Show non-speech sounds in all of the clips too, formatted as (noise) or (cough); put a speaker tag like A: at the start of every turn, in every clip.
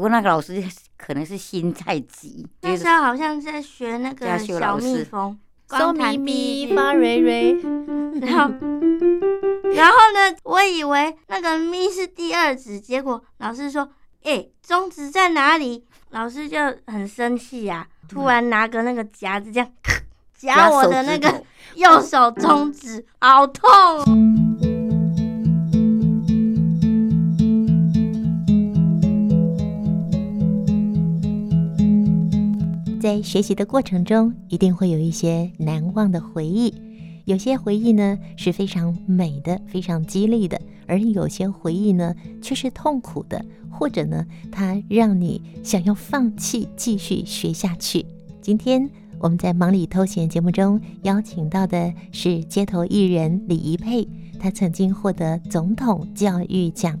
A: 过那个老师可能是新菜
B: (laughs)
A: 鸡，
B: 那
A: 是
B: 时候好像是在学那
A: 嘉
B: 个
A: 修
B: 小
A: 老师
B: 蜜蜂，
C: 搜
B: 光
C: 咪
B: 弹第一
C: 咪
B: 句
C: 发蕊蕊，
B: 然 (laughs) 后，然后呢，我以为那个咪是第二指，结果老师说：“哎、中指在哪里？”老师就很生气呀、啊，突然拿个那个夹子这样夹我的那个 (laughs) 右手中指，好痛哦！
C: 在学习的过程中，一定会有一些难忘的回忆。有些回忆呢是非常美的，非常激励的；而有些回忆呢却是痛苦的，或者呢它让你想要放弃继续学下去。今天我们在《忙里偷闲》节目中邀请到的是街头艺人李怡佩，她曾经获得总统教育奖。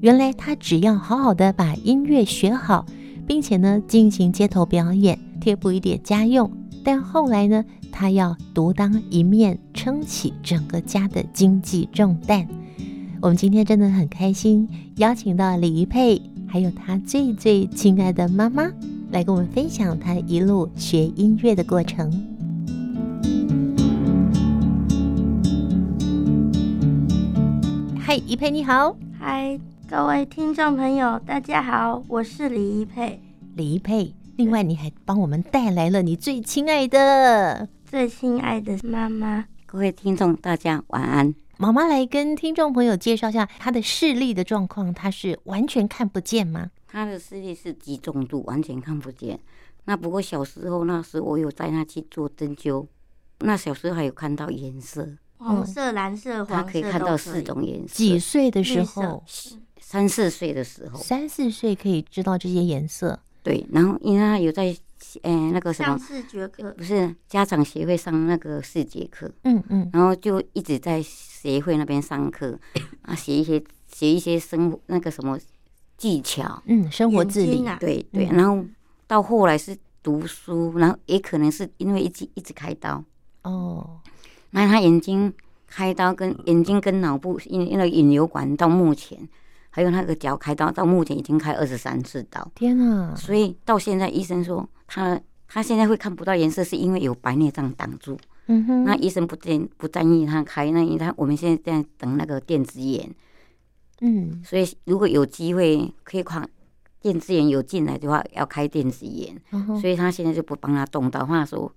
C: 原来她只要好好的把音乐学好，并且呢进行街头表演，贴补一点家用。但后来呢，他要独当一面，撑起整个家的经济重担。我们今天真的很开心，邀请到李怡佩，还有她最最亲爱的妈妈，来跟我们分享她一路学音乐的过程。嗨，怡佩你好。
B: 嗨，各位听众朋友，大家好，我是李一佩，
C: 李佩。另外，你还帮我们带来了你最亲爱的
B: 最亲爱的妈妈。
A: 各位听众大家晚安。
C: 妈妈来跟听众朋友介绍一下她的视力的状况，她是完全看不见吗？
A: 他的视力是极重度，完全看不见。那不过小时候那时我有带他去做针灸，那小时候还有看到颜色，
B: 红色、蓝色、黄
A: 他
B: 色
A: 可以看到四种颜色。
C: 几岁的
B: 的
C: 时候？
A: 三四岁的时候，
C: 三四岁可以知道这些颜色。
A: 对，然后因为他有在呃那个什
B: 像
A: 么，
B: 视觉课
A: 不是家长协会上那个视觉课，
C: 嗯嗯，
A: 然后就一直在协会那边上课，啊，学一些学一些生活那个什么技巧，
C: 嗯，生活自
B: 眼
C: 理
B: 睛。啊
A: 对对，
C: 嗯
A: 然后到后来是读书，然后也可能是因为一直一直开刀，
C: 哦，
A: 那他眼睛开刀跟眼睛跟脑部因因为引流管到目前，还有那个脚开刀到目前已经开二十三次刀，
C: 天啊！
A: 所以到现在医生说他他现在会看不到颜色，是因为有白内障挡住。
C: 嗯哼，
A: 那医生不建不建议他开，那因为他我们现在在等那个电子眼，
C: 嗯
A: 所以如果有机会可以看电子眼有进来的话，要开电子眼。
C: 嗯哼
A: 所以他现在就不帮他动刀，话说，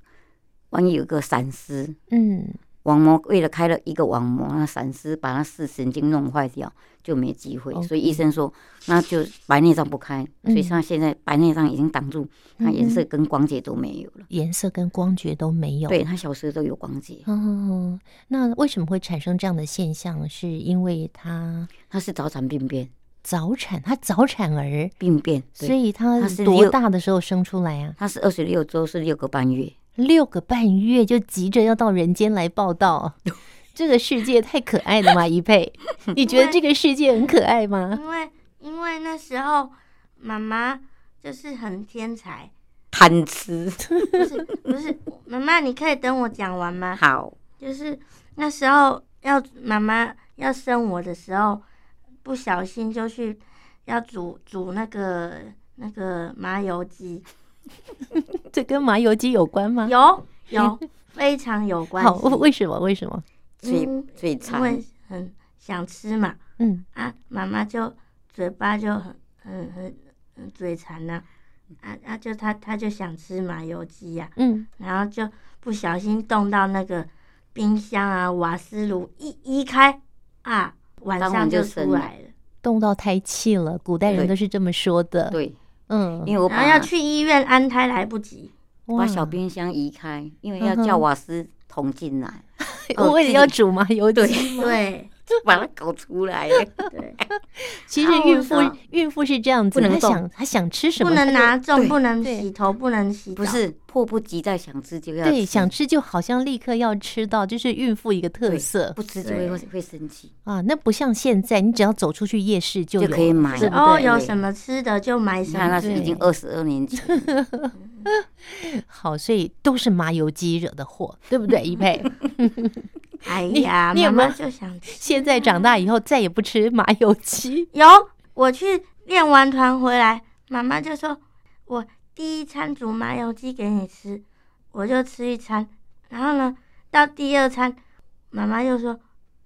A: 万一有个闪失，
C: 嗯，
A: 网膜为了开了一个网膜，那闪失把他视神经弄坏掉，就没机会。
C: OK
A: 所以医生说，那就白内障不开，所以
C: 嗯
A: 他现在白内障已经挡住，他颜色
C: 嗯
A: 跟光节都没有了。
C: 颜色跟光觉都没有。
A: 对他小时候都有光节，
C: 哦，那为什么会产生这样的现象？是因为她
A: 他是早产病变，
C: 早产，她早产儿。
A: 病变，对
C: 所以他
A: 他是
C: 多
A: 六
C: 大的时候生出来啊？
A: 他是二十六周，是六个半月。
C: 六个半月就急着要到人间来报
A: (laughs)
C: 道，这个世界太可爱了嘛！一佩，你觉得这个世界很可爱吗？
B: 因为因为那时候妈妈就是很天才，
A: 贪吃，
B: 不是不是，妈妈你可以等我讲完吗？
A: (laughs) 好，
B: 就是那时候要妈妈要生我的时候，不小心就去要煮煮那个那个麻油鸡，
C: 这跟麻油鸡有关吗？
B: 有
A: (laughs)
B: 有非常有关
C: 好，
B: 系，
C: 为什么？为什么？
A: 最
B: 嗯
A: 最
B: 因
A: 惨
B: 为很想吃嘛
C: 嗯，
B: 啊，妈妈就嘴巴就很很很很嘴馋呐、啊啊就她她就想吃麻油鸡呀、
C: 嗯，
B: 然后就不小心动到那个冰箱啊、瓦斯炉，一移开啊，晚
A: 当晚
B: 上
A: 就生
B: 出来了。
C: 动到胎气了，古代人
A: 对
C: 都是这么说的。
A: 对，
C: 嗯，
A: 因为我
B: 然后
A: 把
B: 要去医院安胎来不及，
A: 把
C: 哇
A: 小冰箱移开，因为要
C: 嗯哼
A: 叫瓦斯桶进来，
C: 我为了要煮麻油鸡，
B: (laughs) 对
A: (laughs) 把它搞出
B: (laughs)
A: 来，
C: (laughs)
B: 对，
C: 其实
B: 啊
C: 孕
B: 我
C: 妇
B: 懂
C: 孕妇是这样子，
A: 不能
C: 她
A: 动
C: 想她想吃什
B: 不
C: 么，她
B: 能
C: 就
B: 拿重，
A: 对
B: 不能
C: 对
B: 洗头，不能洗澡，
A: 不是迫不及待想吃就要
C: 对，
A: 吃
C: 想吃就好像立刻要吃到，就是孕妇一个特
A: 对
C: 色
A: 不吃就会
B: 对
A: 会生气，
C: 啊。那不像现在，你只要走出去夜市就
A: 就
C: 有
A: 可以
C: 了
A: 买
C: 对
A: 了。
B: 哦，
C: 对
B: 有什么吃的就买
A: 你
B: 什
A: 看那
B: 么，
A: 是已经
C: 对
A: 二十二年前，
C: 好，所以都是麻油鸡惹的祸，对不对，一佩？ (laughs)
B: 哎呀，
C: 你你有
B: 妈
C: 没
B: 妈
C: 有
B: 就想吃。
C: 现在长大以后再也不吃麻油鸡，
B: 有，我去练完团回来，妈妈就说：“我第一餐煮麻油鸡给你吃，我就吃一餐。然后呢，到第二餐，妈妈又说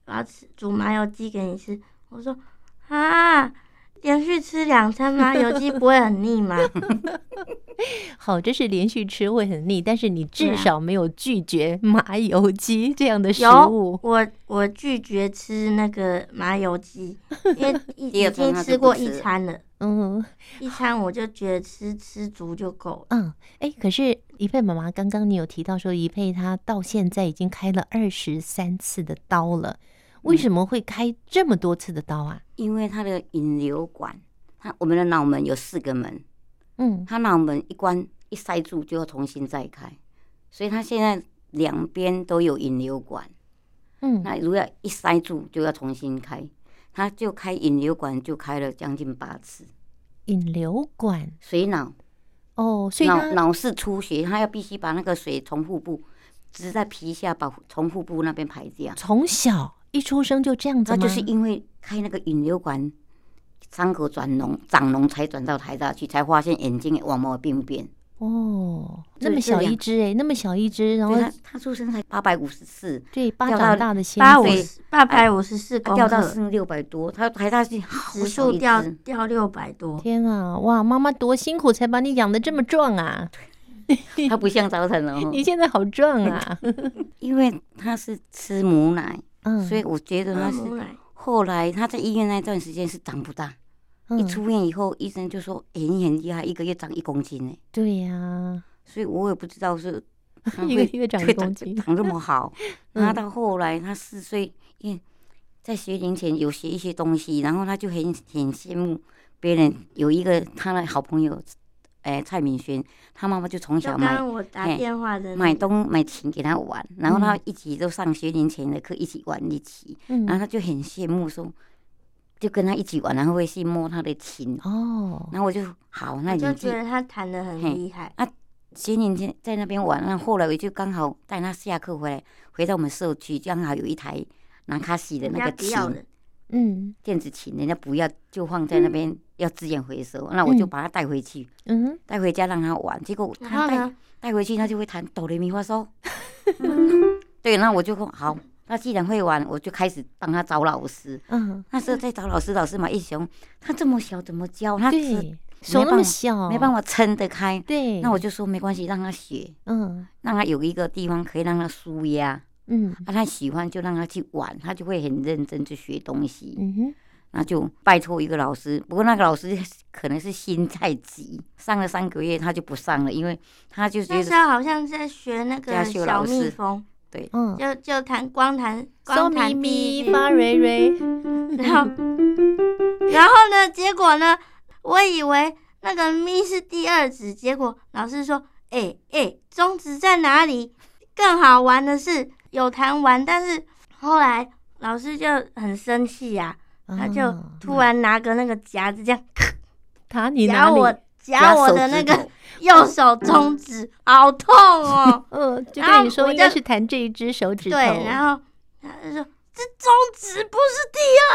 B: 我要吃煮麻油鸡给你吃。我说啊，连续吃两餐麻油鸡不会很腻吗？
C: 好，这是连续吃会很腻，但是你
B: 对
C: 至
B: 啊
C: 少没有拒绝麻油鸡这样的食
B: 有
C: 物，。
B: 我我拒绝吃那个麻油鸡，因为已
A: (laughs) 第
B: 已
A: 二餐
B: 经
A: 她就
B: 吃
A: 不
B: 过
A: 吃
B: 一
A: 了
B: 餐了，
C: 嗯
B: 一餐我就觉得吃吃足就够了。
C: 嗯，哎，可是怡佩妈妈刚刚你有提到说，怡佩她到现在已经开了二十三次的刀了，为
A: 嗯
C: 什么会开这么多次的刀啊？
A: 因为它的引流管，它我们的脑门有四个门，
C: 嗯
A: 它脑门一关一塞住就要重新再开，所以它现在两边都有引流管。
C: 嗯，
A: 那如果要一塞住就要重新开，它就开引流管就开了将近八次。
C: 引流管
A: 水脑
C: 哦，所以
A: 脑
C: 它
A: 脑是出血，它要必须把那个水从腹部直在皮下把从腹部那边排掉。
C: 从小一出生就这样子
A: 那
C: 吗？
A: 就是因为开那个引流管，伤口转脓长脓才转到台大去，才发现眼睛网膜病变。
C: 哦，那
A: 对
C: 么
A: 这
C: 小一
A: 两
C: 只哎，那么小一只，然后
A: 对他，他出生才八百五十四，
C: 对巴
A: 掉
C: 掌
A: 到
C: 大的仙
B: 八五
A: 所以
C: 子，
B: 十八百五十四
A: 他
B: 公
A: 啊掉到
B: 克，
A: 剩六百多，他台大去好
B: 指
A: 小
B: 数
A: 一
B: 掉
A: 只，
B: 掉六百多。
C: 天啊，哇，妈妈多辛苦才把你养的这么
A: (laughs)
C: 壮啊！
A: 他不像早产儿哦
C: (laughs) 你，现在好壮
A: (laughs)
C: 啊！
A: 因为他是吃母奶，
C: 嗯，
A: 所以我觉得他
B: 喝
A: 是
B: 啊母奶，
A: 后来他在医院那段时间是长不大，一
C: 嗯
A: 出院以后医生就说，哎、你很厉害，一个月长一公斤呢，
C: 对呀、
A: 所以我也不知道
C: (laughs)
A: 是他
C: 一
A: 会
C: 个月长一
A: 对
C: 公斤，
A: 长这么好。
C: (laughs) 嗯
A: 那到后来他四岁，因为在学龄前有学一些东西，然后他就很很羡慕别人有一个他的好朋友，哎、蔡敏轩，他妈妈就从
B: 就
A: 小
B: 刚
A: 买
B: 刚我打
A: 嘿
B: 电话的那
A: 买
B: 个
A: 东买琴给他玩，然后
C: 嗯
A: 他一起都上学龄前的课，一起玩一起，然后
C: 嗯，
A: 他就很羡慕说，就跟他一起玩，然后会去摸他的琴，
C: 哦，
A: 然后我就好，那
B: 我
A: 你
B: 就
A: 去
B: 觉得他弹的很
A: 嘿
B: 厉害。
A: 前年前在那边玩，那后来我就刚好带他下课回来，回到我们社区，刚好有一台拿卡西的
B: 人
A: 那
B: 家
A: 个
B: 不要
A: 琴，
B: 人，
C: 嗯
A: 电子琴，人家不要就放
B: 嗯
A: 在那边、要资源回收，那我就
C: 嗯
A: 把它带回去，
C: 嗯，
A: 带回家让他玩。结果
B: 然后
A: 他带
B: 呢，
A: 带回去，他就会弹哆来咪发嗦。
B: 嗯
A: (laughs) 对，那我就说好，那既然会玩，我就开始帮他找老师。
C: 嗯，
A: 那时候在找老师，老师马一雄，他这么小怎么教？他只
C: 对，手那
A: 办法
C: 么小，
A: 没办
C: 法，
A: 法撑得开。
C: 对，
A: 那我就说没关系，让他学。
C: 嗯
A: 让他有一个地方可以让他舒压，
C: 嗯
A: 啊，他喜欢就让他去玩，他就会很认真去学东西。
C: 嗯哼，
A: 那就拜托一个老师，不过那个老师 (laughs) 可能是心太急，上了三个月他就不上了，因为他就觉
B: 那时
A: 得
B: 候好像在学那个
A: 家修
B: 小
A: 老
B: 蜜
A: 师哦
B: 蜂，
C: 嗯，
B: 就就弹光弹
C: 骚
B: 光
C: 咪
B: 弹第一
C: 咪
B: 句，
C: 发
A: (laughs)
C: 蕊蕊，
B: (laughs) 然后然后呢，结果呢，我以为那个咪是第二指，结果老师说，哎、哎、中指在哪里？更好玩的是有弹完，但是后来老师就很生气呀、他就
C: 啊
B: 突然拿个那个夹子这样
C: 打你哪
B: 夹
C: 里？。
B: 我夹我的那
A: 夹手指
B: 个
A: 头
B: 右手中指，好痛哦
C: 呃，就
B: 然后
C: 跟你说
B: 我
C: 应该
B: 就是
C: 弹这一只手指头，
B: 对，然后他就说这中指不是第二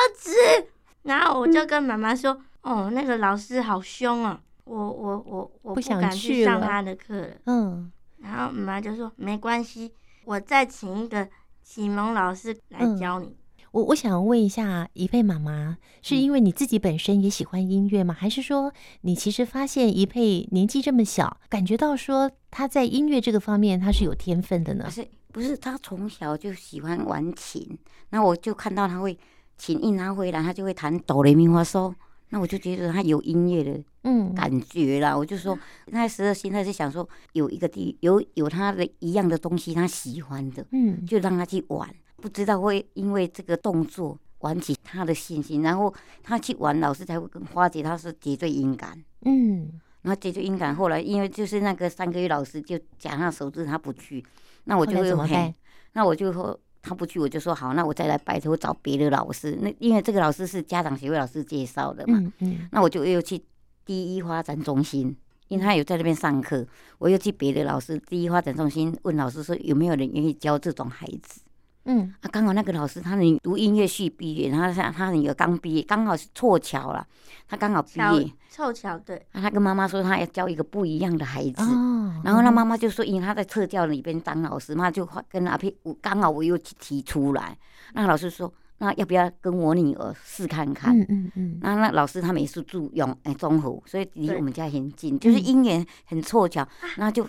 B: 指，然后我就跟妈妈说，哦，那个老师好凶哦，我我我我
C: 不想
B: 敢
C: 去
B: 去上
C: 了
B: 他的课了。
C: 嗯
B: 然后妈妈就说没关系，我再请一个启蒙老师来
C: 嗯
B: 教你。
C: 我我想问一下，怡佩妈妈，是因为你自己本身也喜欢音乐吗？还是说你其实发现怡佩年纪这么小，感觉到说她在音乐这个方面她是有天分的
A: 不
C: 呢？
A: 是不是他从小就喜欢玩琴，那我就看到他会琴一拿回来，他就会弹哆来咪发嗦，那我就觉得他有音乐的
C: 嗯，
A: 感觉啦。我就说那时候心态是想说有一个地有有他的一样的东西他喜欢的，
C: 嗯
A: 就让他去玩，不知道会因为这个动作玩起他的信心，然后他去玩，老师才会跟花姐他是脊椎音感，
C: 嗯
A: 然后脊椎音感后来因为就是那个三个月老师就讲他手指他不去，那我就
C: 后来
A: 会
C: 怎么
A: 嘿
C: 办？
A: 那我就说他不去，我就说好，那我再来拜托找别的老师，那因为这个老师是家长协会老师介绍的嘛，
C: 嗯嗯
A: 那我就又去第一发展中心，因
C: 嗯
A: 为他有在那边上课，我又去别的老师第一发展中心问老师说有没有人愿意教这种孩子。
C: 嗯
A: 啊，刚好那个老师他能读音乐系毕业，然后他他有刚毕业，刚好是凑巧了，他刚好毕
B: 巧
A: 业，
B: 凑巧对，
A: 啊，他跟妈妈说他要教一个不一样的孩子，
C: 哦，
A: 然后他妈妈就说，因为他在特教里边当老师嘛，就跟阿佩我刚好我又提出来，那老师说，那要不要跟我女儿试看看？
C: 嗯嗯嗯
A: 那那老师他们也是住永哎中和，所以离
B: 对啊
A: 我们家很近，就是
C: 嗯
A: 姻缘很凑巧，然后就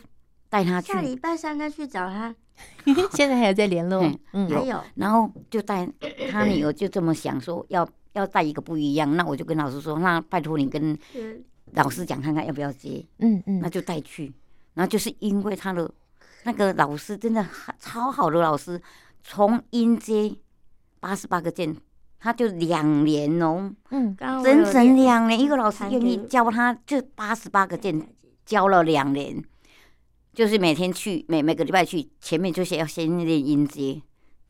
A: 带他去
B: 下，礼拜三再去找他。
C: 嗯，现在还有在
A: (laughs)
C: 联络
A: 嗯，
C: 嗯
B: 还有
A: 然后就带他女儿就这么想说要要带一个不一样，那我就跟老师说，那拜托你跟
B: 是
A: 老师讲看看要不要接，
C: 嗯
A: 那
C: 嗯，
A: 就带去，然后就是因为他的那个老师真的很超好的老师，从音阶八十八个键，他就两年哦，
C: 嗯
B: 刚刚我
A: 整
B: 有
A: 整
B: 练嗯
A: 两年，一个老师
B: 弹
A: 愿意
B: 给
A: 教他这八十八个键教了两年，就是每天去每每个礼拜去，前面就是要先练音阶，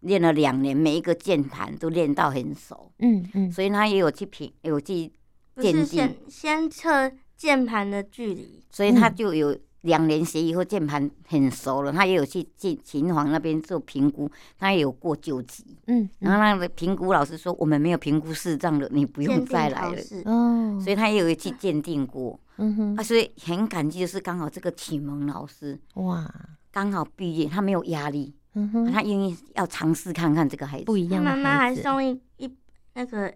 A: 练了两年，每一个键盘都练到很熟，
C: 嗯嗯，
A: 所以他也有去评，有去，
B: 不是
A: 电竞
B: 先先测键盘的距离，
A: 所以他
C: 嗯
A: 就有两年学以后键盘很熟了，他也有去进琴房那边做评估，他也有过九级，
C: 嗯，
A: 然后那个评估老师说我们没有评估视障的，你不
B: 不
A: 用再来了，
B: 试。
C: 哦，
A: 所以他也有去鉴定过。
C: 嗯哼
A: 啊，，所以很感激，就是刚好这个启蒙老师
C: 哇，
A: 刚好毕业，他没有压力，
C: 嗯哼，
A: 他愿意要尝试看看这个孩子。
C: 不一
B: 他
C: 样的
B: 妈妈
C: 孩
B: 还
C: 子，
B: 送一一那个，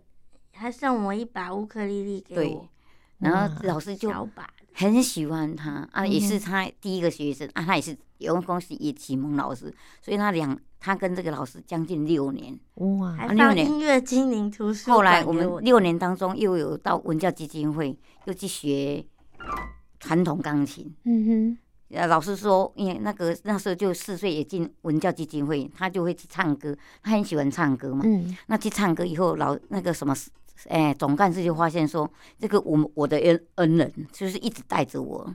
B: 还送我一把乌克丽丽给
A: 对
B: 我，
A: 然后
C: 哇
A: 老师就
B: 小把的。
A: 很喜欢他啊，也是
C: 嗯
A: 他第一个学生啊，他也是有公司也启蒙老师，所以他两他跟这个老师将近六年。
C: 哇，
B: 还
A: 啊六
B: 放
A: 年
B: 音乐精灵图书
A: 后来
B: 馆
A: 我
B: 给
A: 们六年当中，又有到文教基金会，又去学传统钢琴。
C: 嗯
A: 呃，老师说，因为那个那时候就四岁也进文教基金会，他就会去唱歌，他很喜欢唱歌嘛
C: 哼，。嗯
A: 那去唱歌以后，老那个什么，哎，总干事就发现说，这个我们我的恩恩人就是一直带着我，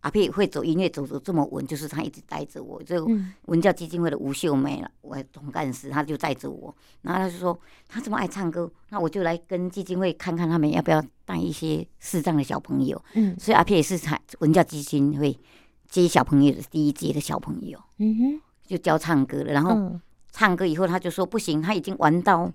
A: 阿佩会走音乐走走这么稳，就是他一直带着我。就
C: 嗯
A: 文教基金会的吴秀梅了，我总干事，他就带着我，然后他就说他这么爱唱歌，那我就来跟基金会看看他们要不要带一些视障的小朋友。
C: 嗯
A: 所以阿佩也是才文教基金会接小朋友的第一届的小朋友，
C: 嗯
A: 就教唱歌了，然后
C: 哼，
A: 唱歌以后，他就说不行，他已经玩到，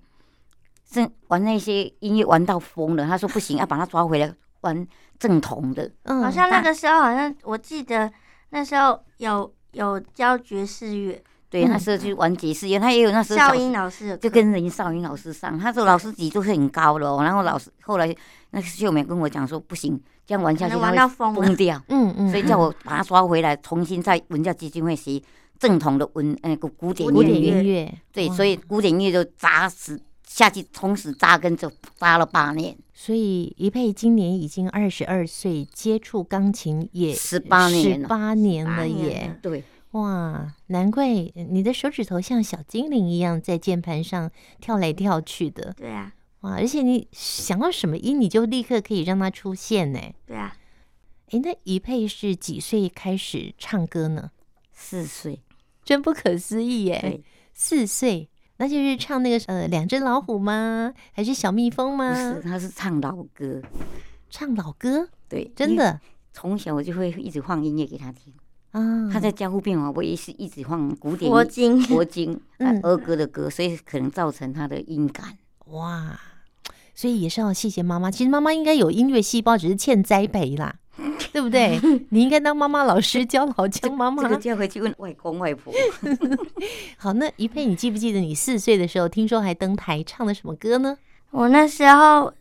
A: 正玩那些音乐玩到疯了。他说不行，要把他抓回来玩正统的。
C: 嗯，
B: 我，好像那
A: 大
B: 个时候好像我记得那时候有有教爵士乐，
A: 对，
C: 嗯
A: 那时候去玩爵士乐，他也有那时候
B: 校
A: 小
B: 音老师的
A: 就
B: 课
A: 跟林少英老师上，他说老师级都是很高了哦、然后老师后来那个秀美跟我讲说不行，这样玩
B: 可
A: 下去
B: 能
A: 他
B: 玩到
A: 会
B: 疯了
A: 疯，掉，
C: 嗯嗯，
A: 所以叫我把他抓回来，重新在文教基金会学正统的文那个古典
C: 古
A: 音
C: 典
A: 乐。
C: 音乐，
A: 对，
C: 哇
A: 所以古典音乐就扎实下去，从此扎根就扎了八年。
C: 所以一佩今年已经二十二岁，接触钢琴也
A: 18年
C: 十
A: 了
C: 八年了
B: 八年
C: 耶！
B: 了
A: 对。
C: 哇，难怪你的手指头像小精灵一样在键盘上跳来跳去的
B: 对啊
C: 哇！而且你想到什么音，你就立刻可以让它出现呢。
B: 对啊，
C: 诶，那一佩是几岁开始唱歌呢？
A: 四岁，
C: 真不可思议耶
A: 对！
C: 四岁，那就是唱那个呃两只老虎吗？还是小蜜蜂
A: 不
C: 吗
A: 是，？他是唱老歌，
C: 唱老歌，
A: 对，
C: 真。的
A: 从小我就会一直放音乐给他听，
C: 啊！
A: 他在家务病房，我也是一直放古典
B: 佛经
A: 嗯佛经、啊
C: 嗯
A: 儿歌的歌，所以可能造成他的音感。
C: 哇，所以也是要谢谢妈妈。其实妈妈应该有音乐细胞，只是欠栽培啦，对
A: (laughs)
C: 不对？你应该当妈妈老师教老教妈
A: 这个
C: 妈。
A: 就要回去问外公外婆。
C: 好，那一佩，你记不记得你四岁的时候，听说还登台唱的什么歌呢？
B: 我那时候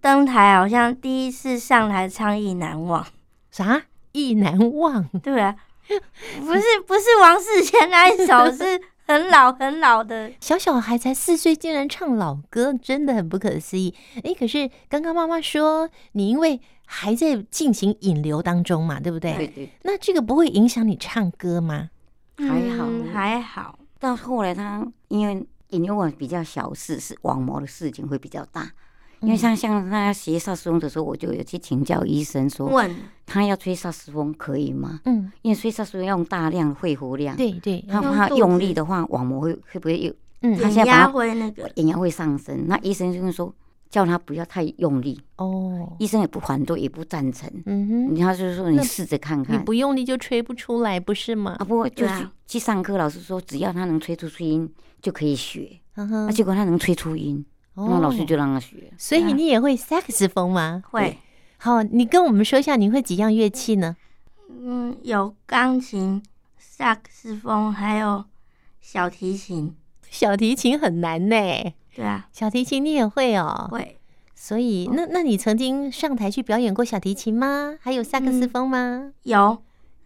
B: 登台好像第一次上台唱《意难忘》，
C: 啥？意难忘，
A: (laughs)
B: 对啊，不是不是王世贤那一首，是很老很老的，
C: 小小孩才四岁，竟然唱老歌，真的很不可思议。诶，可是刚刚妈妈说你因为还在进行引流当中嘛，对不对？
A: 对对，
C: 那这个不会影响你唱歌吗？
A: 还好
B: 嗯还好，
A: 到后来他因为引流网比较小事，是网膜的事情会比较大。因为像像他学萨克斯风的时候，我就有去请教医生说，
B: 问
A: 他要吹萨克斯风可以吗？
C: 嗯，
A: 因为吹萨克斯风要用大量的肺活量，
C: 对对，
A: 他
B: 用
A: 怕
B: 肚
A: 用
B: 子
A: 力的话，网膜会会不会有
C: 嗯
A: 他现在把
B: 压
A: 它
B: 回那个
A: 眼压会上升。那医生就会说，叫他不要太用力，
C: 哦，
A: 医生也不反对，也不赞成。
C: 嗯哼，
A: 他就说你
C: 那
A: 试着看
C: 你
A: 看，
C: 不用力就吹不出来，不是吗
A: 啊，？不过就
B: 对
A: 是
B: 啊
A: 去上课，老师说只要他能吹出吹音就可以学，
C: 嗯哼
A: 啊，结果他能吹出音，那老师
C: 哦
A: 就啊让他学。
C: 所以你也会萨克斯风吗？
B: 会，
C: 好，你跟我们说一下你会几样乐器呢？
B: 嗯，有钢琴、萨克斯风，还有小提琴。
C: 小提琴很难呢，
B: 对啊，
C: 小提琴你也会哦。
B: 会。
C: 所以，那那你曾经上台去表演过小提琴吗？还有萨克斯风吗？
B: 有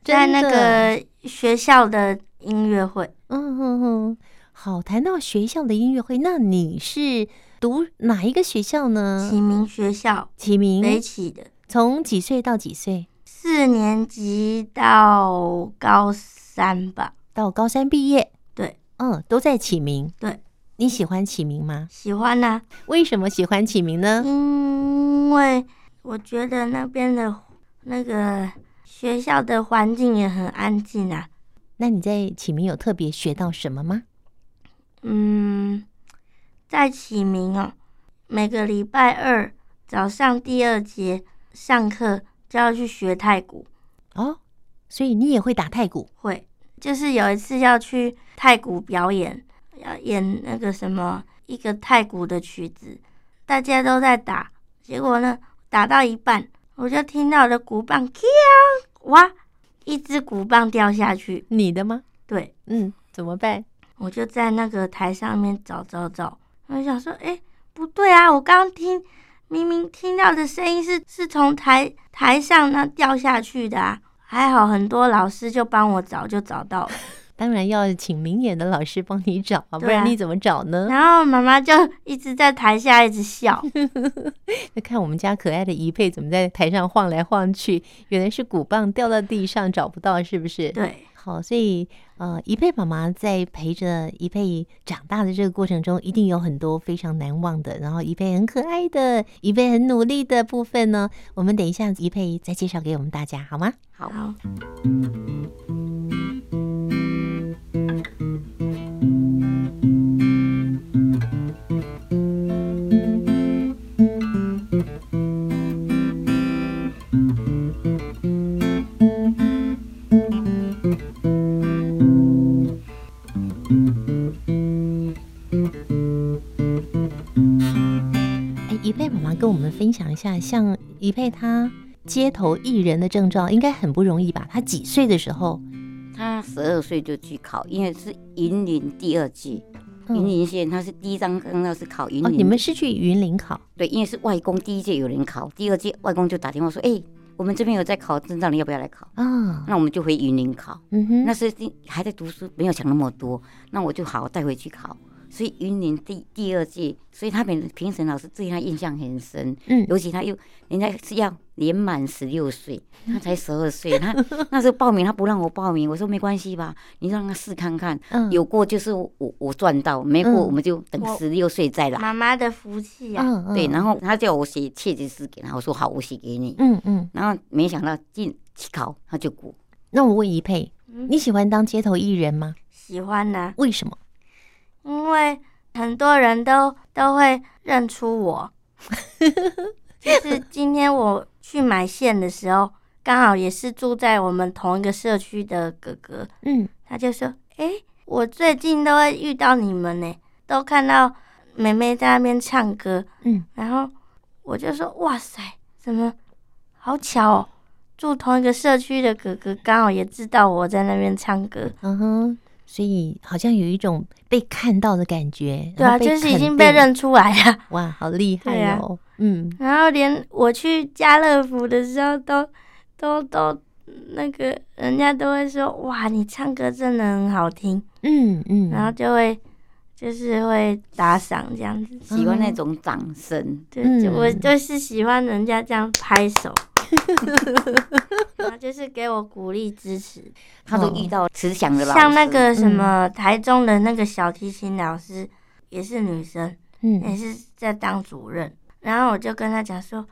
B: 在
C: 真的
B: 那个学校的音乐会，
C: 嗯哼哼。好，谈到学校的音乐会，那你是读哪一个学校
A: 嗯
C: 呢？
B: 启明学校
C: 启
B: 北
C: 明，
B: 起的，
C: 从几岁到几岁？
B: 四年级到高三吧，
C: 到高三毕业。
B: 对，
C: 嗯，都在启明。
B: 对，
C: 你喜欢启明吗？
B: 喜欢呐、
C: 为什么喜欢启明呢？
A: 嗯
B: 因为我觉得那边的那个学校的环境也很安静啊。
C: 那你在启明有特别学到什么吗？
B: 嗯，在启明哦，每个礼拜二早上第二节上课就要去学太鼓，
C: 哦，所以你也会打太鼓
B: 会就是有一次要去太鼓表演，要演那个什么一个太鼓的曲子，大家都在打，结果呢打到一半，我就听到我的鼓棒锵，哇，一只鼓棒掉下去，
C: 你的吗？
B: 对，
C: 嗯，怎么办？
B: 我就在那个台上面找找找，我就想说，哎、不对啊，我刚刚听明明听到的声音是是从台台上那掉下去的啊，还好很多老师就帮我找，就找到了。 (laughs)
C: 当然要请明眼的老师帮你找啊，不
B: 对啊
C: 然你怎么找呢？
B: 然后妈妈就一直在台下一直笑，
C: 那看我们家可爱的怡佩怎么在台上晃来晃去，原来是鼓棒掉到地上找不到，是不是？
B: 对，
C: 好，所以呃，怡佩妈妈在陪着怡佩长大的这个过程中，一定有很多非常难忘的，然后怡佩很可爱的，怡佩很努力的部分呢，我们等一下怡佩再介绍给我们大家好吗？
A: 好，
B: 好，
C: 哎，怡佩妈妈跟我们分享一下，像怡佩她街头艺人的证照应该很不容易吧？她几岁的时候？
A: 他十二岁就去考，因为是云林第二季，云林县他是第一张刚到是考云
C: 嗯哦，
A: 林，
C: 你们是去云林考？
A: 对，因为是外公第一届有人考，第二届外公就打电话说，哎、我们这边有在考证照，你要不要来考？
C: 啊、
A: 那我们就回云林考。
C: 嗯哼，
A: 那时候还在读书，没有想那么多，那我就好带回去考。所以云林第第二届，所以他们评审老师对他印象很深，
C: 嗯
A: 尤其他又人家是要年满十六岁，他才十二岁，
C: (laughs)
A: 他那时候报名他不让我报名，我说没关系吧，你让他试看看，
C: 嗯
A: 有过就是我我赚到，没过
C: 嗯
A: 我们就等
B: 我
A: 十六岁再来。
B: 妈妈的福气啊，
C: 嗯嗯
A: 对，然后他叫我写切结诗给他，我说好，我写给你。
C: 嗯嗯，
A: 然后没想到进去考他就过，
C: 那我问怡佩，
B: 嗯
C: 你喜欢当街头艺人吗？
B: 喜欢呐、
C: 为什么？
B: 因为很多人都都会认出
C: (laughs)
B: 我。就是今天我去买线的时候，刚好也是住在我们同一个社区的哥哥，
C: 嗯，
B: 他就说：“诶，我最近都会遇到你们呢，都看到妹妹在那边唱歌。”
C: 嗯，
B: 然后我就说：“哇塞，怎么好巧哦！住同一个社区的哥哥刚好也知道我在那边唱歌。”
C: 嗯哼，所以好像有一种被看到的感觉，
B: 对
C: 然
B: 啊，
C: 后
B: 就是已
C: 肯
B: 经被
C: 定，
B: 认出来了。
C: 哇，好厉
B: 对
C: 害
B: 啊
C: 哦，嗯，
B: 然后连我去家乐福的时候都，都都那个人家都会说哇，你唱歌真的很好听，
C: 嗯嗯，
B: 然后就会就是会打赏这样子，
A: 喜欢那
C: 嗯
A: 种掌声。
B: 就
C: 嗯
B: 就我就是喜欢人家这样拍手，然后就是给我鼓励支持，
A: 他都
C: 哦
A: 遇到慈祥的老师，
B: 像那个什么台中的那个小提琴老师也是女生，也
C: 嗯
B: 是在当主任，然后我就跟他讲说：“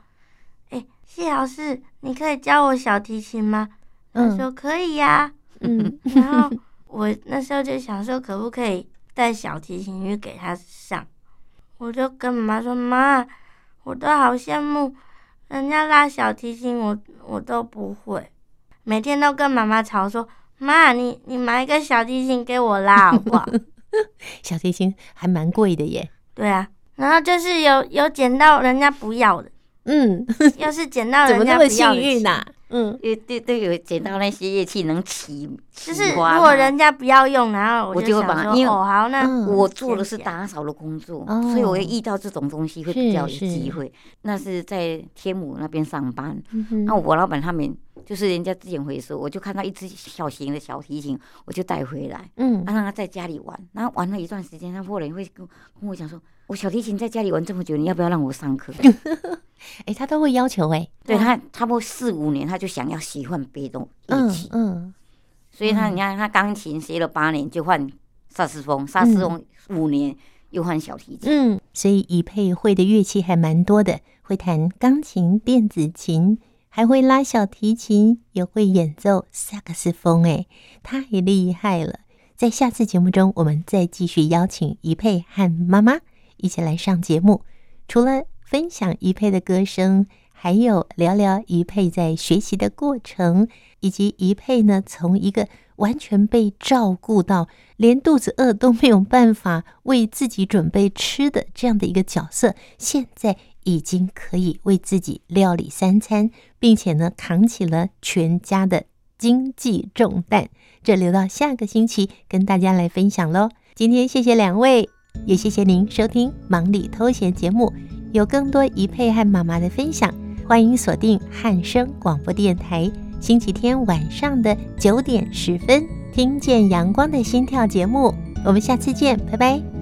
B: 哎、谢老师，你可以教我小提琴吗？”他
C: 嗯
B: 说：“可以呀、
C: 嗯，
B: 然后我那时候就想说，可不可以带小提琴去给他上？我就跟妈妈说：“妈，我都好羡慕，人家拉小提琴我我都不会，每天都跟妈妈吵说，妈你你买一个小提琴给我拉好不好？
C: 小提琴还蛮贵的耶。
B: 对啊，然后就是有有捡到人家不要的，
C: 嗯，
B: 要是捡到
C: 怎么
B: 人
C: 那
B: 家
C: 么
B: 不
C: 幸
B: 要的
C: 运
B: 琴，
C: 呐、嗯，
A: 对对对，有捡到那些乐器能起，
B: 就是
A: 起
B: 如
A: 花嘛
B: 果人家不要用，然后
A: 啊我就
B: 就
A: 会把
B: 想说，
A: 因为
B: 哦好，那
C: 嗯
A: 我做的是
B: 捡起来
A: 打扫的工作，
C: 哦
A: 所以我会遇到这种东西会比较有
C: 是是
A: 机会。那是在天母那边上班，
C: 嗯哼
A: 那我老板他们就是人家之前回收，我就看到一只小型的小提琴，我就带回来，
C: 嗯
A: 啊，让他在家里玩。然后玩了一段时间，他后来会跟跟我讲说，我小提琴在家里玩这么久，你要不要让我上 (laughs) 课？
C: 哎、他都会要求哎、
A: 对他差不多四五年，他就想要喜欢别种乐
C: 嗯
A: 器，
C: 嗯，
A: 所以他你看他钢琴学了八年就换萨斯风，萨斯风五年又换小提琴。
C: 嗯，所以以佩会的乐器还蛮多的，会弹钢琴、电子琴，还会拉小提琴，也会演奏萨克斯风，哎，太厉害了！在下次节目中，我们再继续邀请一佩和妈妈一起来上节目。除了分享一佩的歌声，还有聊聊一佩在学习的过程，以及一佩呢从一个完全被照顾到连肚子饿都没有办法为自己准备吃的这样的一个角色，现在已经可以为自己料理三餐，并且呢扛起了全家的经济重担。这留到下个星期跟大家来分享喽。今天谢谢两位，也谢谢您收听《忙里偷闲》节目。有更多怡佩和妈妈的分享，欢迎锁定汉声广播电台星期天晚上的九点十分，听见阳光的心跳节目。我们下次见，拜拜。